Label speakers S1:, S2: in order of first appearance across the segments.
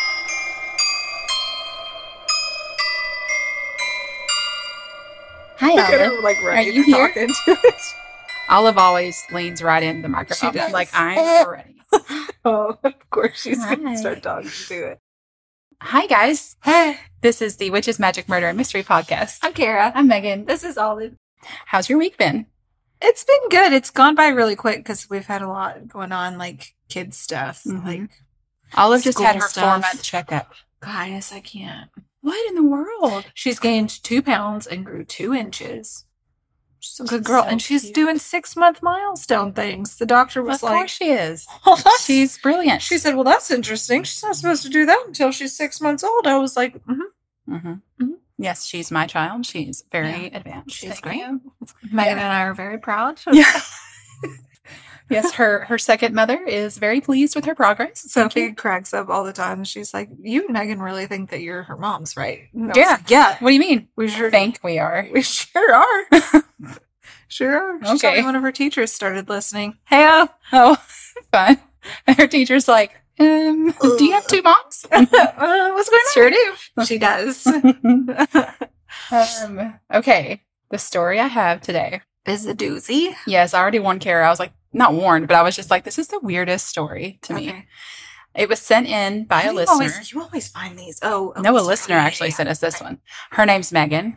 S1: Hi,
S2: Look at
S1: Olive.
S2: her, like ready
S1: you
S2: to
S1: here?
S2: talk into it.
S3: Olive always leans right into the microphone.
S2: She does.
S3: Like I'm ready.
S2: Oh, of course she's gonna
S1: Hi.
S2: start talking to it.
S3: Hi guys. This is the Witches, Magic, Murder, and Mystery podcast.
S1: I'm Kara.
S3: I'm Megan.
S1: This is Olive.
S3: How's your week been?
S1: It's been good. It's gone by really quick because we've had a lot going on, like kid stuff.
S3: Mhm.
S1: Like,
S3: Olive just had
S1: School
S3: her four
S1: stuff.
S3: month checkup.
S1: guys, I can't.
S3: What in the world?
S1: She's gained two pounds and grew two inches. Oh, She's a good
S3: She's
S1: girl,
S3: so
S1: and she's
S3: cute.
S1: doing six month milestone things. The doctor was
S3: of
S1: like,
S3: course she is.
S1: "Well, that's-
S3: She's brilliant.
S1: She said, "Well, that's interesting. She's not supposed to do that until she's six months old." I was like, mm-hmm.
S3: hmm
S1: Mhm.
S3: Yes, she's my child. She's very advanced.
S1: She's
S3: Thank
S1: great.
S3: you.
S1: Megan and I are very proud.
S3: Yeah. yes, her her second mother is very pleased with her progress.
S1: Sophie cracks up all the time. She's like, "You and Megan really think that you're her mom's, right?" And I was
S3: Yeah.
S1: like, yeah.
S3: What do you mean?
S1: We sure
S3: Think we are.
S1: We sure are. sure are. She told me
S3: Okay.
S1: one of her teachers started listening. Hey,
S3: Oh, fun. And her teacher's like, um, do you have two moms? Uh,
S1: what's going on?
S3: sure do.
S1: She does.
S3: Um, okay. The story I have today.
S1: Is a doozy
S3: Yes, I already warned Kara. I was like, not warned, but I was just like, this is the weirdest story to me.
S1: Okay.
S3: It was sent in by a
S1: You
S3: listener.
S1: Always, you always find these. Oh,
S3: no, a
S1: okay.
S3: listener actually sent us this one. Her name's Megan.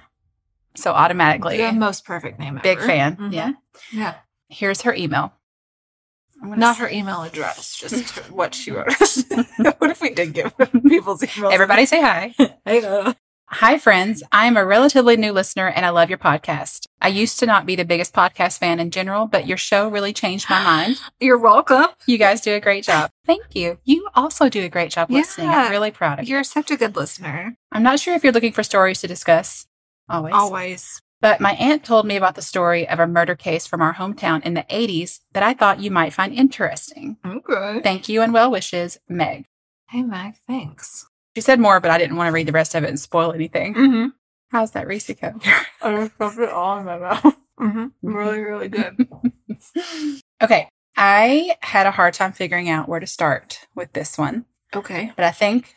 S3: So automatically,
S1: The most perfect name.
S3: big
S1: ever.
S3: fan.
S1: Mhm.
S3: Yeah.
S1: yeah.
S3: Here's her email. I'm gonna
S1: Not
S3: s-
S1: her email address, just what she wrote us. what if we did give people's emails?
S3: Everybody say hi.
S1: Hey, uh,
S3: Hi, friends. I am a relatively new listener and I love your podcast. I used to not be the biggest podcast fan in general, but your show really changed my mind.
S1: you're welcome.
S3: You guys do a great job. Thank you. You also do a great job listening.
S1: Yeah.
S3: I'm really proud of you.
S1: You're such a good listener.
S3: I'm not sure if you're looking for stories to discuss. Always.
S1: Always.
S3: But my aunt told me about the story of a murder case from our hometown in the 80s that I thought you might find interesting.
S1: Okay.
S3: Thank you and well wishes, Meg.
S1: Hey, Mac. Thanks.
S3: She said more, but I didn't want to read the rest of it and spoil anything.
S1: Mm-hmm.
S3: How's that Reese cup?
S1: I just stuffed it all in my mouth.
S3: Mm-hmm.
S1: hmm Really, really good.
S3: Okay. I had a hard time figuring out where to start with this one,
S1: okay.
S3: but I think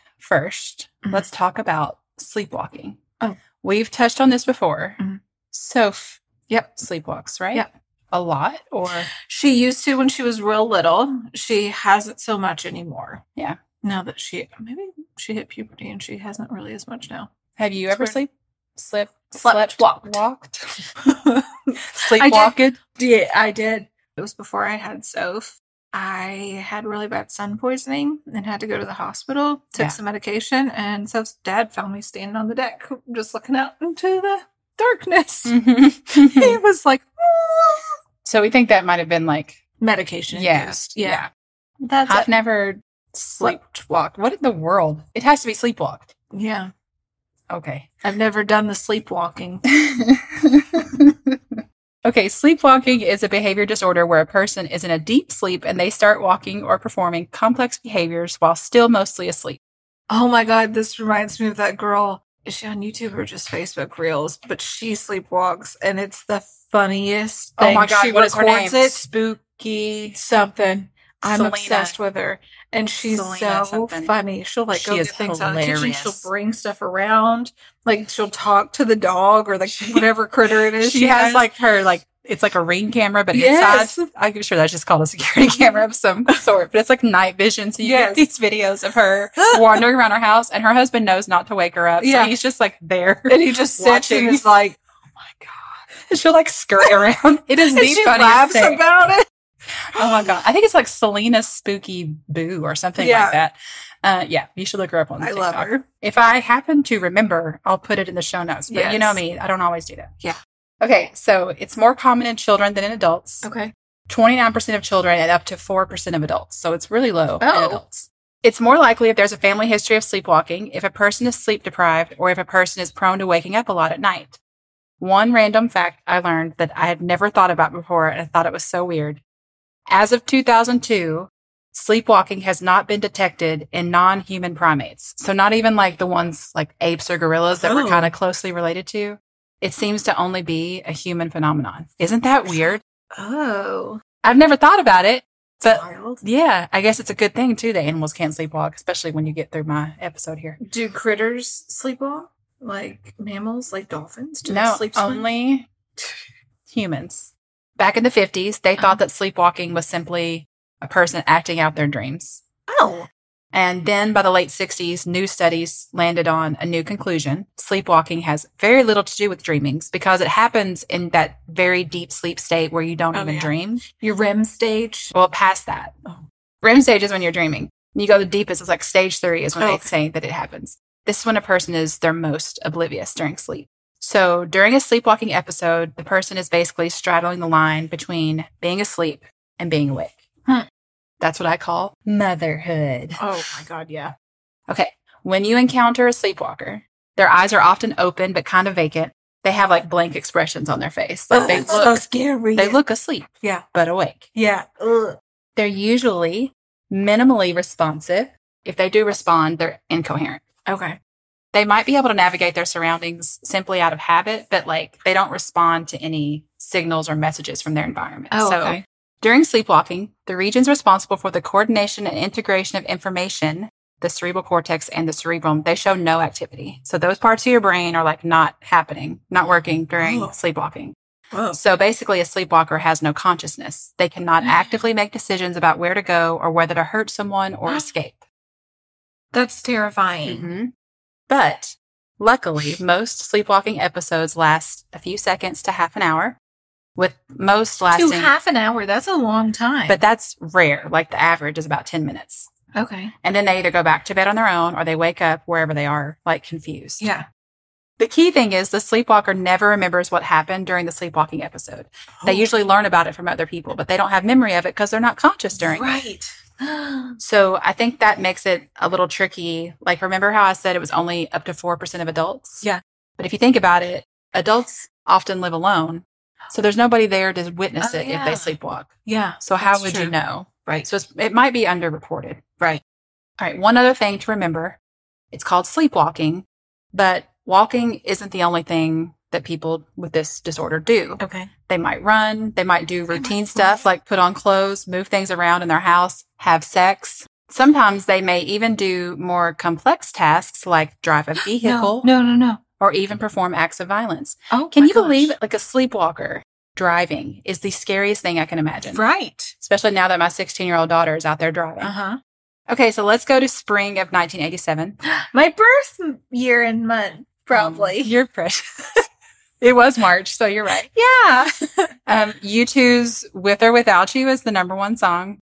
S1: Mhm.
S3: 1st let let's talk about sleepwalking.
S1: Oh.
S3: We've touched on this before.
S1: Mhm.
S3: Soph
S1: Yep.
S3: sleepwalks, right?
S1: Yep.
S3: A lot or
S1: She used to when she was real little. She hasn't so much anymore.
S3: Yeah.
S1: Now that she maybe she hit puberty and she hasn't really as much now.
S3: have you
S1: It's
S3: ever
S1: weird.
S3: sleep slip
S1: Slept,
S3: slept
S1: walked.
S3: walked? sleepwalked?
S1: Yeah, I did. It was before I had Soph. I had really bad sun poisoning and had to go to the hospital. Took
S3: Yeah.
S1: some medication, and Soph's dad found me standing on the deck, just looking out into the darkness.
S3: Mhm.
S1: He was like, "Ah."
S3: so we think that might have been like
S1: medication
S3: Yeah,
S1: induced.
S3: yeah.
S1: Yeah. That's
S3: I've
S1: it.
S3: never sleepwalked. What in the world? It has to be sleepwalked.
S1: yeah.
S3: Okay.
S1: I've never done the sleepwalking.
S3: okay, sleepwalking is a behavior disorder where a person is in a deep sleep and they start walking or performing complex behaviors while still mostly asleep.
S1: Oh my god, this reminds me of that girl. Is she on YouTube or just Facebook Reels? But she sleepwalks and it's the funniest
S3: Oh
S1: thing. she records it.
S3: Spooky.
S1: Something. I'm
S3: Selena.
S1: obsessed with her. And she's so
S3: Selena something.
S1: funny. She'll like
S3: She
S1: go
S3: is
S1: get things out of the kitchen.
S3: hilarious.
S1: She'll bring stuff around. Like she'll talk to the dog or like whatever critter it is.
S3: She has like her like it's like a ring camera, but
S1: Yes.
S3: inside I'm sure that's just called a security camera of some sort. But it's like night vision, so you
S1: Yes.
S3: get these videos of her wandering around her house, and her husband knows not to wake her up,
S1: Yeah.
S3: so he's just like there.
S1: and he just sits
S3: watching.
S1: and is like, Oh my god.
S3: She'll like skirt around. It is the
S1: And she
S3: funniest
S1: laughs
S3: thing.
S1: about it.
S3: Oh my god! I think it's like Selena's spooky boo or something
S1: Yeah.
S3: like that. Uh, yeah, you should look her up on
S1: I
S3: TikTok.
S1: love her.
S3: If I happen to remember, I'll put it in the show notes. But you
S1: Yes.
S3: know me, I don't always do that.
S1: Yeah.
S3: Okay, so it's more common in children than in adults.
S1: Okay.
S3: 29% of children and up to 4% of adults. So it's really low in
S1: Oh.
S3: adults. It's more likely if there's a family history of sleepwalking, if a person is sleep deprived, or if a person is prone to waking up a lot at night. One random fact I learned that I had never thought about before and I thought it was so weird. As of 2002, sleepwalking has not been detected in non human primates. So, not even like the ones like apes or gorillas that
S1: Oh.
S3: we're kind of closely related to. It seems to only be a human phenomenon. Isn't that weird?
S1: Oh.
S3: I've never thought about it, but
S1: Wild.
S3: yeah, I guess it's a good thing too that animals can't sleepwalk, especially when you get through my episode here.
S1: Do critters sleepwalk? Like mammals, like dolphins? Do
S3: no,
S1: they sleep swim?
S3: only humans. Back in the 50s, they thought
S1: Uh-huh.
S3: that sleepwalking was simply a person acting out their dreams.
S1: Oh.
S3: And then by the late 60s, new studies landed on a new conclusion. Sleepwalking has very little to do with dreamings because it happens in that very deep sleep state where you don't
S1: Oh,
S3: even
S1: yeah.
S3: dream.
S1: Your REM stage. Oh.
S3: Well, past that. REM stage is when you're dreaming. You go the deepest. It's like stage three is when
S1: Oh,
S3: they
S1: okay.
S3: say that it happens. This is when a person is their most oblivious during sleep. So during a sleepwalking episode, the person is basically straddling the line between being asleep and being awake.
S1: Hmm.
S3: That's what I call motherhood.
S1: Oh my god, yeah.
S3: Okay. When you encounter a sleepwalker, their eyes are often open but kind of vacant. They have like blank expressions on their face. Like they
S1: Oh, That's so
S3: look
S1: scary.
S3: they look asleep,
S1: Yeah.
S3: but awake.
S1: Yeah. Ugh.
S3: They're usually minimally responsive. If they do respond, they're incoherent.
S1: Okay.
S3: They might be able to navigate their surroundings simply out of habit, but like they don't respond to any signals or messages from their environment.
S1: Oh,
S3: so during sleepwalking, the regions responsible for the coordination and integration of information, the cerebral cortex and the cerebrum, they show no activity. So those parts of your brain are like not happening, not working during
S1: Oh.
S3: sleepwalking.
S1: Whoa.
S3: So basically, a sleepwalker has no consciousness. They cannot
S1: Mm.
S3: actively make decisions about where to go or whether to hurt someone or escape.
S1: That's terrifying.
S3: Mhm. But luckily, most sleepwalking episodes last a few seconds to half an hour, with most lasting.
S1: To half an hour, that's a long time.
S3: but that's rare. Like the average is about 10 minutes.
S1: okay.
S3: And then they either go back to bed on their own or they wake up wherever they are, like confused.
S1: Yeah.
S3: The key thing is the sleepwalker never remembers what happened during the sleepwalking episode. They
S1: Oh.
S3: usually learn about it from other people, but they don't have memory of it because they're not conscious during. it.
S1: Right.
S3: So I think that makes it a little tricky. Like, remember how I said it was only up to 4% of adults?
S1: Yeah.
S3: But if you think about it, adults often live alone. So there's nobody there to witness
S1: Oh,
S3: it
S1: yeah.
S3: if they sleepwalk.
S1: yeah.
S3: So how
S1: That's
S3: would you
S1: true.
S3: know? Right. So it's, it might be underreported.
S1: Right.
S3: All right. One other thing to remember it's called sleepwalking, but walking isn't the only thing that people with this disorder do.
S1: Okay.
S3: They might run, they might do routine stuff like put on clothes, move things around in their house, have sex. Sometimes they may even do more complex tasks like drive a vehicle
S1: No, no, no.
S3: or even perform acts of violence.
S1: Oh,
S3: Can
S1: my
S3: you believe
S1: gosh.
S3: like a sleepwalker driving is the scariest thing I can imagine?
S1: Right.
S3: especially now that my 16 year old daughter is out there driving.
S1: Uh
S3: Okay, so let's go to spring of Um, 1987.
S1: huh. My birth m- year and month, probably.
S3: Um, you're precious. it was March, so you're right.
S1: yeah.
S3: Um, U2's With or Without You is the number one song.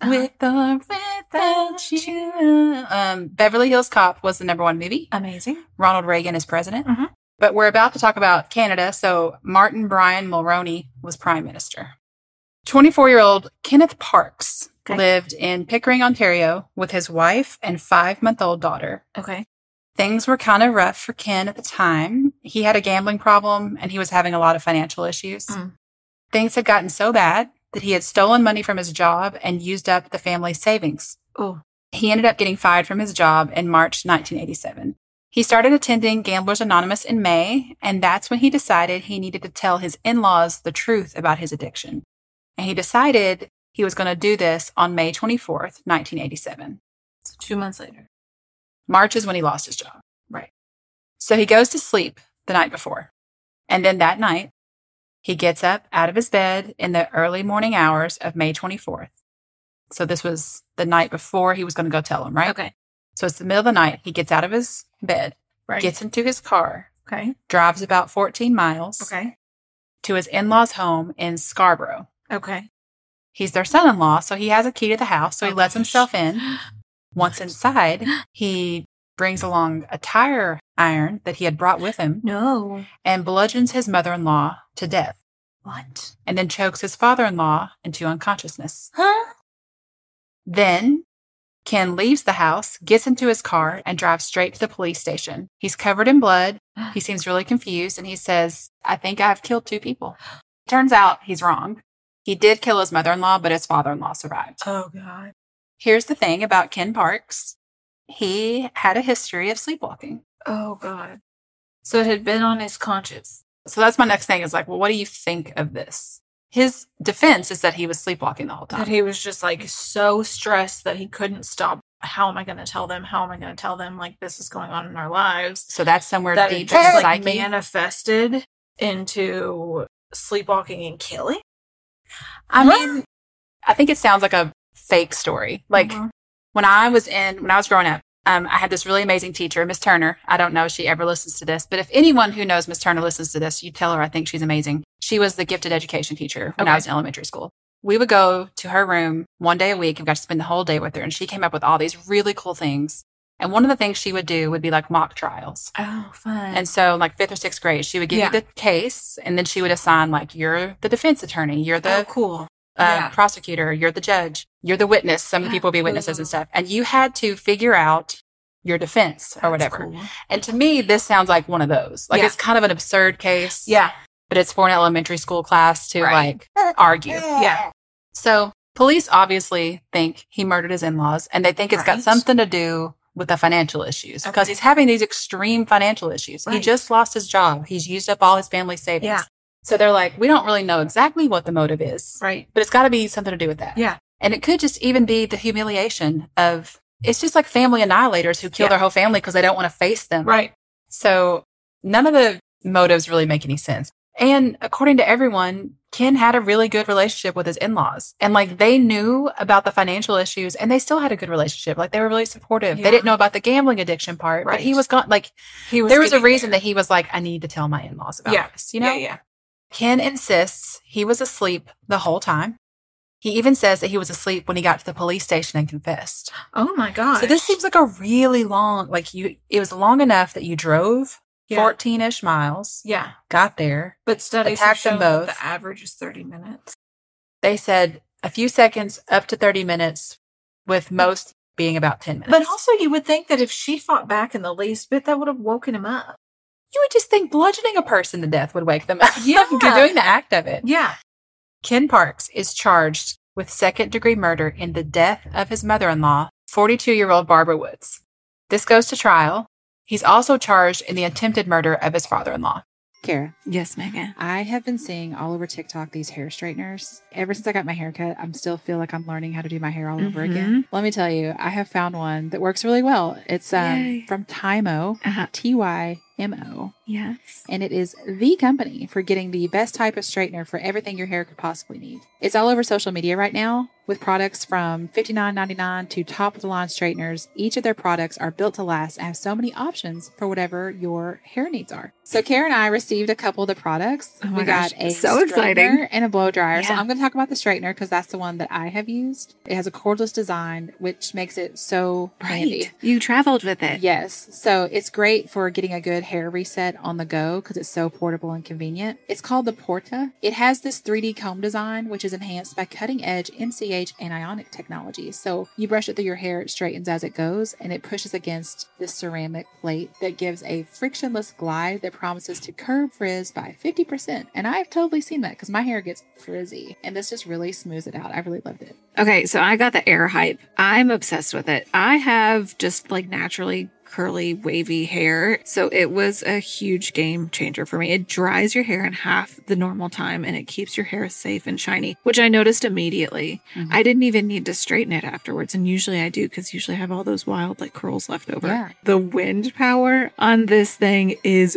S1: Uh-huh.
S3: With or Uh, Without You. Um, Beverly Hills Cop was the number one movie.
S1: Amazing.
S3: Ronald Reagan is president.
S1: Mhm.
S3: But we're about to talk about Canada. So Martin Brian Mulroney was prime minister. 24 year old Kenneth Parks
S1: Okay.
S3: lived in Pickering, Ontario with his wife and five month old daughter.
S1: Okay.
S3: Things were kind of rough for Ken at the time. He had a gambling problem and he was having a lot of financial issues.
S1: Mm.
S3: Things had gotten so bad that he had stolen money from his job and used up the family savings
S1: Oh.
S3: he ended up getting fired from his job in March 1987. He started attending Gamblers Anonymous in May, and that's when he decided he needed to tell his in laws the truth about his addiction. And he decided he was going to do this on May 24th, 1987.
S1: So two months later.
S3: March is when he lost his job.
S1: Right.
S3: So he goes to sleep the night before. And then that night, he gets up out of his bed in the early morning hours of May 24th. So this was the night before he was going to go tell him, right?
S1: Okay.
S3: So it's the middle of the night. He gets out of his bed,
S1: Right.
S3: gets into his car,
S1: okay.
S3: drives about 14 miles
S1: Okay.
S3: to his in law's home in Scarborough.
S1: Okay.
S3: He's their son in law, so he has a key to the house. So he
S1: Oh,
S3: lets
S1: gosh.
S3: himself in. Once inside, he brings along a tire iron that he had brought with him
S1: No.
S3: and bludgeons his mother in law to death,
S1: What?
S3: and then chokes his father in law into unconsciousness.
S1: Huh?
S3: Then Ken leaves the house, gets into his car, and drives straight to the police station. He's covered in blood. He seems really confused and he says, I think I've killed two people. Turns out he's wrong. He did kill his mother in law, but his father in law survived.
S1: Oh god.
S3: Here's the thing about Ken Parks he had a history of sleepwalking.
S1: Oh god. So it had been on his conscience.
S3: So that's my next thing is like, well, what do you think of this? His defense is that he was sleepwalking the whole time.
S1: That he was just like so stressed that he couldn't stop. How am I going to tell them? How am I going to tell them? Like this is going on in our lives.
S3: so that's somewhere
S1: that it
S3: deep in
S1: just
S3: his
S1: like
S3: psyche.
S1: manifested into sleepwalking and killing.
S3: I mean, I think it sounds like a fake story. Like
S1: Mhm.
S3: when I was in, when I was growing up, um, I had this really amazing teacher, Miss Turner. I don't know if she ever listens to this, but if anyone who knows Miss Turner listens to this, you tell her I think she's amazing. She was the gifted education teacher when I
S1: Okay.
S3: was in elementary school. We would go to her room one day a week and got to spend the whole day with her. And she came up with all these really cool things. And one of the things she would do would be like mock trials.
S1: Oh, fun.
S3: And so, like fifth or sixth grade, she would give
S1: Yeah.
S3: you the case, and then she would assign like you're the defense attorney, you're the
S1: oh, cool.
S3: uh,
S1: Yeah.
S3: prosecutor, you're the judge, you're the witness. Some
S1: Yeah. Mm-hmm.
S3: people be witnesses and
S1: Ooh.
S3: stuff. And you had to figure out your defense or
S1: That's
S3: whatever.
S1: cool.
S3: And to me, this sounds like one of those. Like
S1: Yeah.
S3: it's kind of an absurd case.
S1: Yeah.
S3: But it's for an elementary school class to
S1: Right.
S3: like argue.
S1: Yeah.
S3: So police obviously think he murdered his in laws and they think it's got
S1: Right.
S3: something to do with the financial issues because
S1: Okay.
S3: he's having these extreme financial issues. He
S1: Right.
S3: just lost his job. He's used up all his family savings.
S1: Yeah.
S3: So they're like, we don't really know exactly what the motive is
S1: Right.
S3: but it's got to be something to do with that.
S1: Yeah.
S3: And it could just even be the humiliation of it's just like family annihilators who kill
S1: Yeah.
S3: their whole family because they don't want to face them.
S1: Right.
S3: So none of the motives really make any sense. And according to everyone, Ken had a really good relationship with his in laws. And like they knew about the financial issues and they still had a good relationship. Like they were really supportive. They
S1: Yeah.
S3: didn't know about the gambling addiction part, but he
S1: Right.
S3: was gone. Like
S1: He was
S3: there was a
S1: getting
S3: reason
S1: there.
S3: that he was like, I need to tell my in laws about
S1: Yeah.
S3: this, you know?
S1: Yeah. Yeah.
S3: Ken insists he was asleep the whole time. He even says that he was asleep when he got to the police station and confessed.
S1: Oh my god.
S3: So this seems like a really long, like you, it was long enough that you drove
S1: Yeah.
S3: 14 ish miles,
S1: Yeah.
S3: got there.
S1: But studies
S3: Attack
S1: have
S3: them
S1: shown that
S3: both.
S1: the average is 30 minutes.
S3: They said a few seconds up to 30 minutes, with most being about 10 minutes.
S1: But also, you would think that if she fought back in the least bit, that would have woken him up.
S3: you would just think bludgeoning a person to death would wake them up.
S1: Yeah.
S3: doing the act of it.
S1: Yeah.
S3: Ken Parks is charged with second degree murder in the death of his mother in law, 42 year old Barbara Woods. This goes to trial. He's also charged in the attempted murder of his father in law.
S4: Kara,
S5: Yes, Megan.
S4: I have been seeing all over TikTok these hair straighteners. Ever since I got my hair cut, I'm still feel like I'm learning how to do my hair all over
S3: Mm-hmm.
S4: again. Let me tell you, I have found one that works really well. It's um,
S5: Yay.
S4: from Tymo,
S5: Uh-huh.
S4: T Y M O.
S5: Yes.
S4: and it is the company for getting the best type of straightener for everything your hair could possibly need. It's all over social media right now with products from $59.99 to top of the line straighteners. Each of their products are built to last and have so many options for whatever your hair needs are. So Karen and I received a couple of the products.
S5: Oh my
S4: we
S5: gosh,
S4: got a
S5: so exciting.
S4: straightener and a blow dryer. So
S5: Yeah.
S4: I'm going to talk about the straightener because that's the one that I have used. It has a cordless design, which makes it so handy.
S5: Right. You traveled with it.
S4: Yes. So it's great for getting a good hair reset on the go because it's so portable and convenient. It's called the Porta. It has this 3D comb design, which is enhanced by cutting edge MCH anionic technology. So you brush it through your hair, it straightens as it goes, and it pushes against this ceramic plate that gives a frictionless glide that promises to curb frizz by 50%. And I've totally seen that because my hair gets frizzy, and this just really smooths it out. I really loved it.
S5: Okay, so I got the air hype. I'm obsessed with it. I have just like naturally curly, wavy hair. So it was a huge game changer for me. It dries your hair in half the normal time and it keeps your hair safe and shiny, which I noticed immediately.
S4: Mhm.
S5: I didn't even need to straighten it afterwards. And usually I do because usually I have all those wild like curls left over.
S4: Yeah.
S5: The wind power on this thing is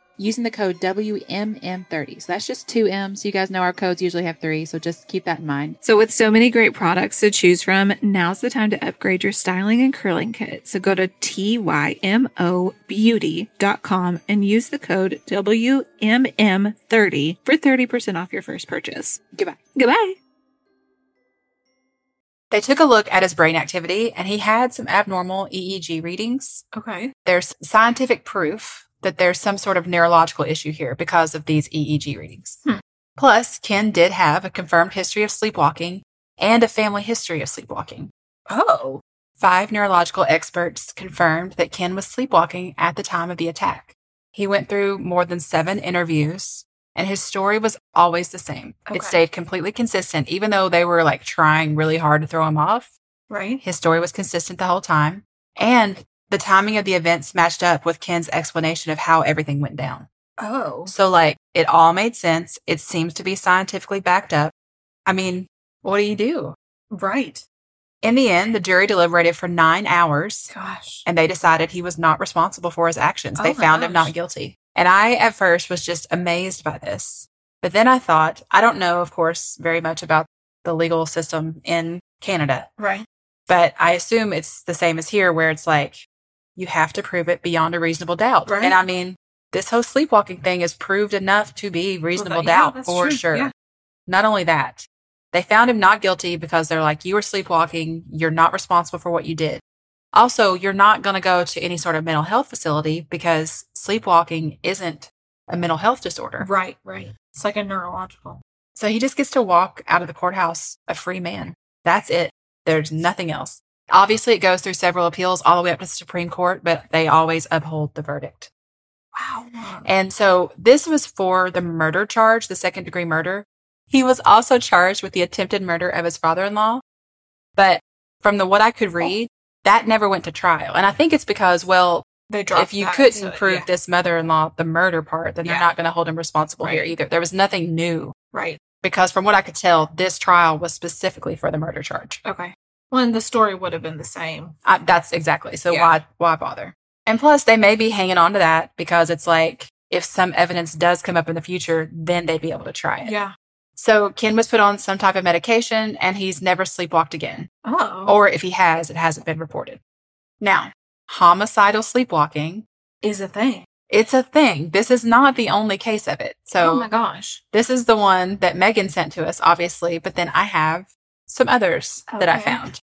S3: using the code WMM30. So that's just two M's. You guys know our codes usually have three, so just keep that in mind.
S5: So, with so many great products to choose from, now's the time to upgrade your styling and curling kit. So, go to TYMOBeauty.com and use the code WMM30 for 30% off your first purchase.
S3: Goodbye.
S5: Goodbye.
S6: They took a look at his brain activity and he had some abnormal EEG readings.
S1: Okay.
S6: There's scientific proof that there's some sort of neurological issue here because of these EEG readings.
S1: Hmm.
S6: Plus, Ken did have a confirmed history of sleepwalking and a family history of sleepwalking.
S1: Oh.
S6: Five neurological experts confirmed that Ken was sleepwalking at the time of the attack. He went through more than seven interviews, and his story was always the same.
S1: Okay.
S6: It stayed completely consistent, even though they were like trying really hard to throw him off.
S1: Right.
S6: His story was consistent the whole time, and the timing of the events matched up with Ken's explanation of how everything went down.
S1: Oh.
S6: So, like, it all made sense. It seems to be scientifically backed up. I mean, what do you do?
S1: Right.
S6: In the end, the jury deliberated for nine hours
S1: Gosh.
S6: and they decided he was not responsible for his actions.
S1: Oh
S6: they
S1: my
S6: found him
S1: gosh.
S6: not guilty. And I at first was just amazed by this. But then I thought, I don't know, of course, very much about the legal system in Canada,
S1: Right.
S6: but I assume it's the same as here where it's like you have to prove it beyond a reasonable doubt.
S1: Right.
S6: And I mean, this whole sleepwalking thing is proved enough to be reasonable
S1: yeah,
S6: doubt
S1: that's
S6: for
S1: true.
S6: sure.
S1: Yeah.
S6: Not only that, they found him not guilty because they're like, you were sleepwalking. You're not responsible for what you did. Also, you're not going to go to any sort of mental health facility because sleepwalking isn't a mental health disorder.
S1: Right. Right. It's like a neurological.
S6: So he just gets to walk out of the courthouse a free man. That's it. There's nothing else. Obviously, it goes through several appeals all the way up to the Supreme Court, but they always uphold the verdict.
S1: Wow. Mom.
S6: And so this was for the murder charge, the second degree murder. He was also charged with the attempted murder of his father in law. But from the what I
S1: Oh.
S6: could read, that never went to trial. And I think it's because, well,
S1: They dropped.
S6: if you
S1: that,
S6: couldn't
S1: so-
S6: prove
S1: yeah.
S6: this mother in law the murder part, then
S1: Yeah.
S6: they're not going to hold him responsible here
S1: Right.
S6: either. There was nothing new
S1: Right.
S6: because from what I could tell, this trial was specifically for the murder charge.
S1: Okay. Well, and the story would have been the same.
S6: I, that's exactly. So
S1: Yeah.
S6: why why bother? And plus, they may be hanging on to that because it's like if some evidence does come up in the future, then they'd be able to try it.
S1: Yeah.
S6: So Ken was put on some type of medication, and he's never sleepwalked again.
S1: Oh.
S6: Or if he has, it hasn't been reported. Now, homicidal sleepwalking.
S1: is a thing.
S6: It's a thing. This is not the only case of it. So
S1: oh my gosh.
S6: This is the one that Megan sent to us, obviously, but then I have some others that I
S1: Okay.
S6: found.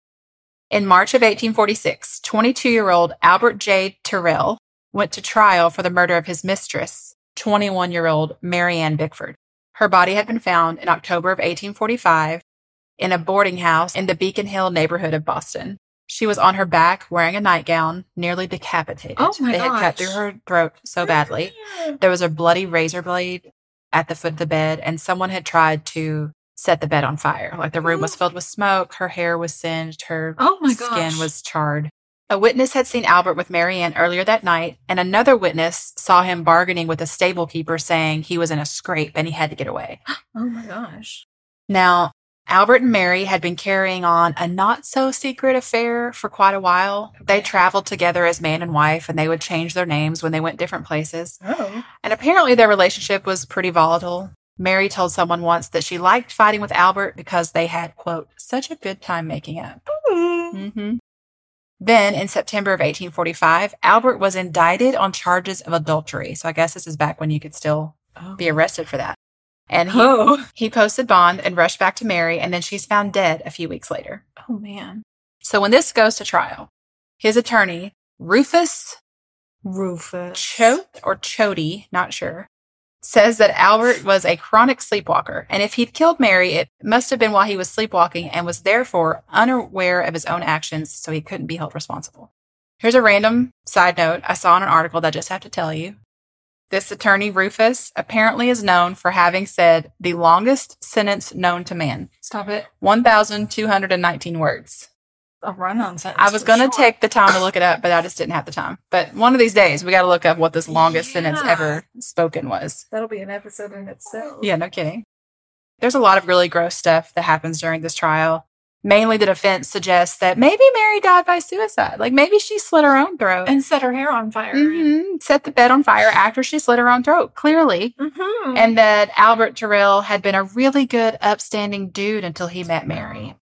S6: In March of 1846, 22 year old Albert J. Terrell went to trial for the murder of his mistress, 21 year old Mary Ann Bickford. Her body had been found in October of 1845 in a boarding house in the Beacon Hill neighborhood of Boston. She was on her back wearing a nightgown, nearly decapitated.
S1: Oh my
S6: they had
S1: gosh.
S6: cut through her throat so badly. There was a bloody razor blade at the foot of the bed, and someone had tried to set the bed on fire. Like the room was filled with smoke, her hair was singed, her
S1: Oh my gosh.
S6: skin was charred. A witness had seen Albert with Marianne earlier that night, and another witness saw him bargaining with a stable keeper saying he was in a scrape and he had to get away.
S1: Oh my gosh.
S6: Now, Albert and Mary had been carrying on a not so secret affair for quite a while. They traveled together as man and wife, and they would change their names when they went different places.
S1: Oh.
S6: And apparently their relationship was pretty volatile. Mary told someone once that she liked fighting with Albert because they had, quote, such a good time making up.
S1: Hmm?
S6: Mm-hmm. Then in September of 1845, Albert was indicted on charges of adultery. So I guess this is back when you could still be arrested for that. And he,
S1: Oh.
S6: he posted bond and rushed back to Mary, and then she's found dead a few weeks later.
S1: Oh man.
S6: So when this goes to trial, his attorney, Rufus
S1: Rufus.
S6: Chote or Chody, not sure, says that Albert was a chronic sleepwalker, and if he'd killed Mary, it must have been while he was sleepwalking and was therefore unaware of his own actions, so he couldn't be held responsible. Here's a random side note I saw in an article that I just have to tell you. This attorney, Rufus, apparently is known for having said the longest sentence known to man
S1: Stop it.
S6: 1,219 words.
S1: A run on sentence.
S6: I was
S1: for
S6: going to
S1: sure.
S6: take the time to look it up, but I just didn't have the time. But one of these days, we got to look up what this longest sentence
S1: Yeah.
S6: ever spoken was.
S1: That'll be an episode in itself.
S6: Yeah, no kidding. There's a lot of really gross stuff that happens during this trial. Mainly, the defense suggests that maybe Mary died by suicide. Like maybe she slit her own throat
S1: And set her hair on fire.
S6: Mhm. set the bed on fire after she slit her own throat, clearly.
S1: Mm-hmm.
S6: And that Albert Terrell had been a really good, upstanding dude until he met Mary.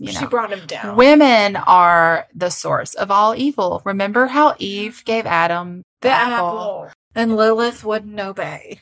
S6: You
S1: she
S6: know,
S1: brought him down.
S6: women are the source of all evil. Remember how Eve gave Adam
S1: the apple. And Lilith wouldn't obey.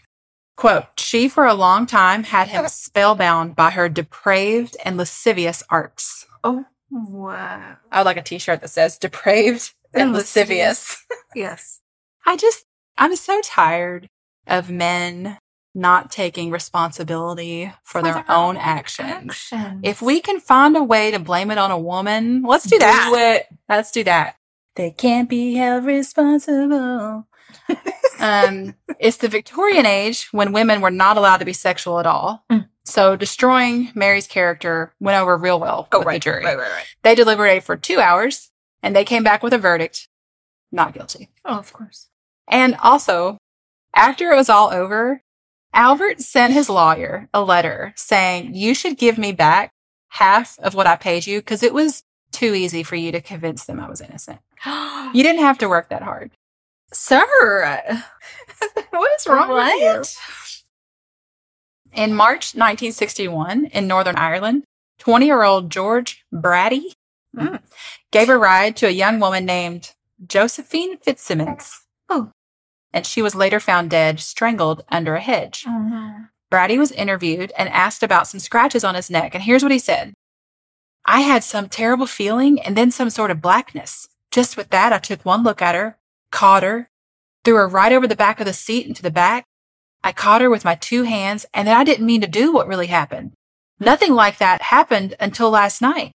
S6: Quote, she for a long time had him spellbound by her depraved and lascivious arts.
S1: Oh, wow.
S6: I would like a t shirt that says depraved
S1: and lascivious. Yes.
S6: I just, I'm so tired of men not taking responsibility for, their, own actions.
S1: Actions.
S6: If we can find a way to blame it on a woman, let's do that. Let's do that. They can't be held responsible. um, it's the Victorian age when women were not allowed to be sexual at all.
S1: Mm.
S6: So destroying Mary's character went over real well
S1: Oh,
S6: with the
S1: right,
S6: jury.
S1: right, right, right.
S6: They deliberated for two hours and they came back with a verdict, not guilty.
S1: Oh, of course.
S6: And also, after it was all over, Albert sent his lawyer a letter saying, You should give me back half of what I paid you because it was too easy for you to convince them I was innocent. You didn't have to work that hard.
S1: Sir,
S6: What is
S1: wrong with you?
S6: In March 1961, in Northern Ireland, 20 year old George Brady
S1: Mm.
S6: gave a ride to a young woman named Josephine Fitzsimmons.
S1: Oh.
S6: And she was later found dead, strangled under a hedge.
S1: Oh, no.
S6: Brady was interviewed and asked about some scratches on his neck. And here's what he said I had some terrible feeling and then some sort of blackness. Just with that, I took one look at her, caught her, threw her right over the back of the seat into the back. I caught her with my two hands, and then I didn't mean to do what really happened. Nothing like that happened until last night.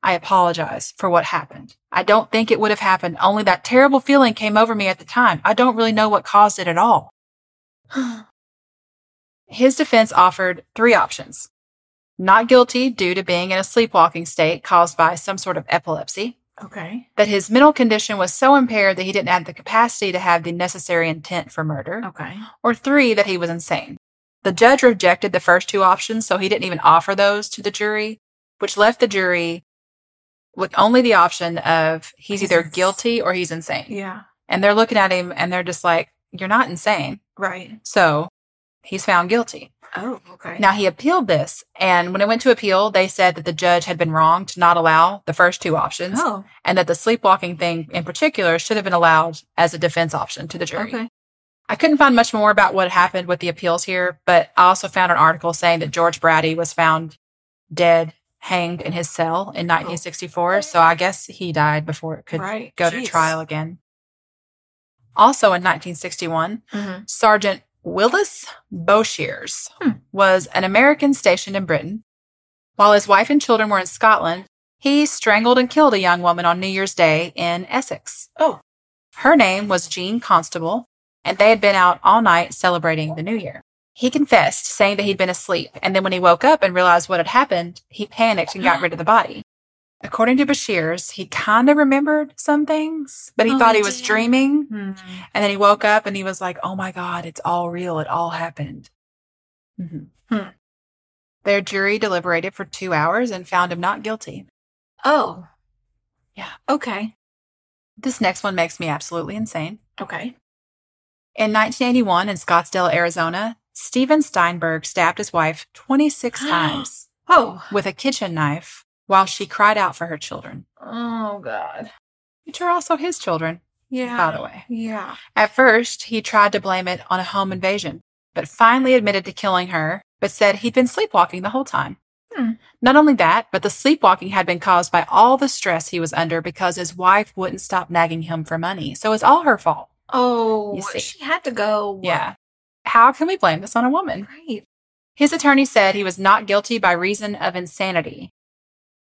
S6: I apologize for what happened. I don't think it would have happened. Only that terrible feeling came over me at the time. I don't really know what caused it at all his defense offered three options not guilty due to being in a sleepwalking state caused by some sort of epilepsy,
S1: Okay.
S6: that his mental condition was so impaired that he didn't have the capacity to have the necessary intent for murder,
S1: Okay.
S6: or three, that he was insane. The judge rejected the first two options, so he didn't even offer those to the jury, which left the jury with only the option of he's
S1: He's
S6: either
S1: ins-
S6: guilty or he's insane.
S1: Yeah.
S6: And they're looking at him and they're just like, You're not insane.
S1: Right.
S6: So he's found guilty.
S1: Oh, okay.
S6: Now he appealed this, and when it went to appeal, they said that the judge had been wrong to not allow the first two options,
S1: oh,
S6: and that the sleepwalking thing in particular should have been allowed as a defense option to the jury.
S1: okay.
S6: I couldn't find much more about what happened with the appeals here, but I also found an article saying that George Brady was found dead, hanged in his cell in 1964. So I guess he died before it could
S1: Oh. right.
S6: go to
S1: Jeez.
S6: trial again. Also in 1961,
S1: Mhm.
S6: Sergeant Willis Boshears
S1: Hmm.
S6: was an American stationed in Britain. While his wife and children were in Scotland, he strangled and killed a young woman on New Year's Day in Essex.
S1: Oh.
S6: Her name was Jean Constable, and they had been out all night celebrating the New Year. He confessed, saying that he'd been asleep, and then when he woke up and realized what had happened, he panicked and got rid of the body. According to Bashir's, he kind of remembered some things, but he
S1: Oh,
S6: thought
S1: he
S6: he was
S1: did.
S6: dreaming.
S1: Hmm.
S6: And then he woke up and he was like, oh my God, it's all real. It all happened.
S1: Hmm.
S6: Their jury deliberated for two hours and found him not guilty.
S1: Oh.
S6: Yeah.
S1: Okay.
S6: This next one makes me absolutely insane.
S1: Okay.
S6: In 1981, in Scottsdale, Arizona, Steven Steinberg stabbed his wife 26 times
S1: Oh.
S6: with a kitchen knife while she cried out for her children,
S1: Oh God.
S6: which are also his children,
S1: Yeah.
S6: by the way.
S1: Yeah.
S6: At first, he tried to blame it on a home invasion, but finally admitted to killing her, but said he'd been sleepwalking the whole time.
S1: Hmm.
S6: Not only that, but the sleepwalking had been caused by all the stress he was under because his wife wouldn't stop nagging him for money. So it's all her fault.
S1: Oh,
S6: You see.
S1: she had to go.
S6: Yeah. How can we blame this on a woman?
S1: Right.
S6: His attorney said he was not guilty by reason of insanity.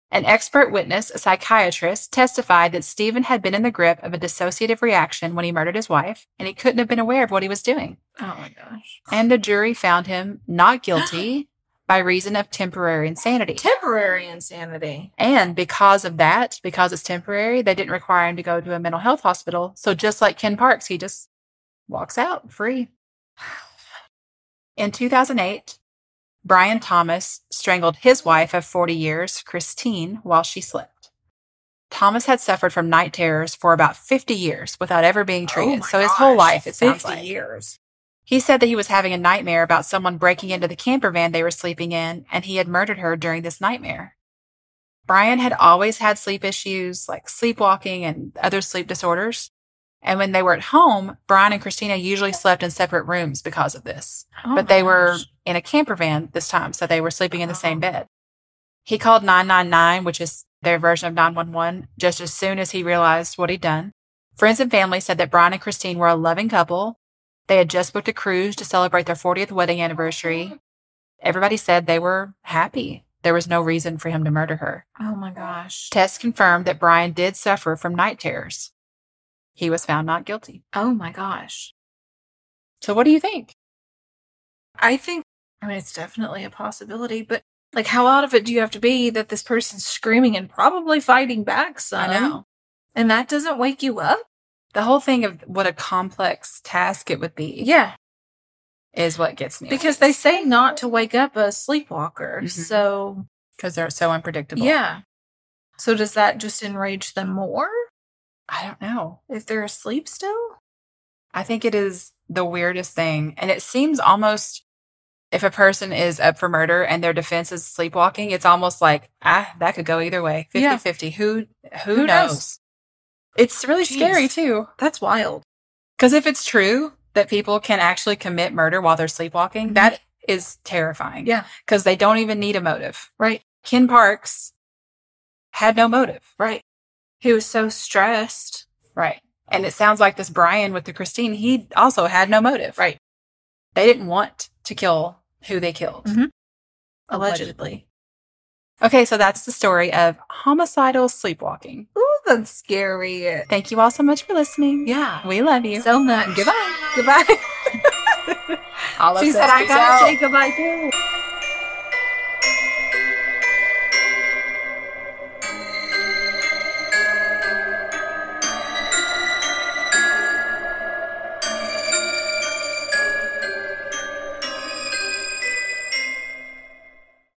S6: An expert witness, a psychiatrist, testified that Stephen had been in the grip of a dissociative reaction when he murdered his wife, and he couldn't have been aware of what he was doing.
S1: Oh my gosh.
S6: And the jury found him not guilty by reason of temporary insanity.
S1: Temporary insanity.
S6: And because of that, because it's temporary, they didn't require him to go to a mental health hospital. So just like Ken Parks, he just walks out free. In 2008, Brian Thomas strangled his wife of 40 years, Christine, while she slept. Thomas had suffered from night terrors for about 50 years without ever
S1: Oh
S6: being treated. so his whole life, it sounds like.
S1: years.
S6: He said that he was having a nightmare about someone breaking into the camper van they were sleeping in, and he had murdered her during this nightmare. Brian had always had sleep issues like sleepwalking and other sleep disorders. And when they were at home, Brian and Christina usually slept in separate rooms because of this.
S1: Oh
S6: but they were in a camper van this time, so they were sleeping in the same bed. He called 999, which is their version of 911, just as soon as he realized what he'd done. Friends and family said that Brian and Christine were a loving couple. They had just booked a cruise to celebrate their 40th wedding anniversary. Everybody said they were happy. There was no reason for him to murder her.
S1: Oh my gosh.
S6: Tests confirmed that Brian did suffer from night terrors. He was found not guilty.
S1: Oh my gosh.
S6: So, what do you think?
S1: I think, I mean, it's definitely a possibility, but like, how out of it do you have to be that this person's screaming and probably fighting back some? And that doesn't wake you up?
S6: The whole thing of what a complex task it would be
S1: Yeah.
S6: is what gets me.
S1: Because they say not to wake up a sleepwalker.
S6: Mhm.
S1: So,
S6: because they're so unpredictable.
S1: yeah. So, does that just enrage them more
S6: I don't know.
S1: if they're asleep still?
S6: I think it is the weirdest thing. And it seems almost if a person is up for murder and their defense is sleepwalking, it's almost like, ah, that could go either way. 50
S1: Yeah.
S6: 50. Who, who,
S1: Who
S6: knows?
S1: knows?
S6: It's really
S1: Jeez.
S6: scary too.
S1: That's wild.
S6: Because if it's true that people can actually commit murder while they're sleepwalking, that is terrifying.
S1: Mm-hmm. Yeah.
S6: Because they don't even need a motive.
S1: Right.
S6: Ken Parks had no motive.
S1: Right. He was so stressed.
S6: Right. And it sounds like this Brian with the Christine, he also had no motive.
S1: Right.
S6: They didn't want to kill who they killed.
S1: Mhm.
S6: Allegedly.
S1: Allegedly.
S6: Okay, so that's the story of homicidal sleepwalking.
S1: Ooh, Oh, that's scary.
S6: Thank you all so much for listening.
S1: Yeah.
S6: We love you.
S1: So much. Goodbye. Goodbye.
S6: all
S1: she
S6: us
S1: said, I
S6: peace
S1: gotta
S6: out."
S1: say goodbye too.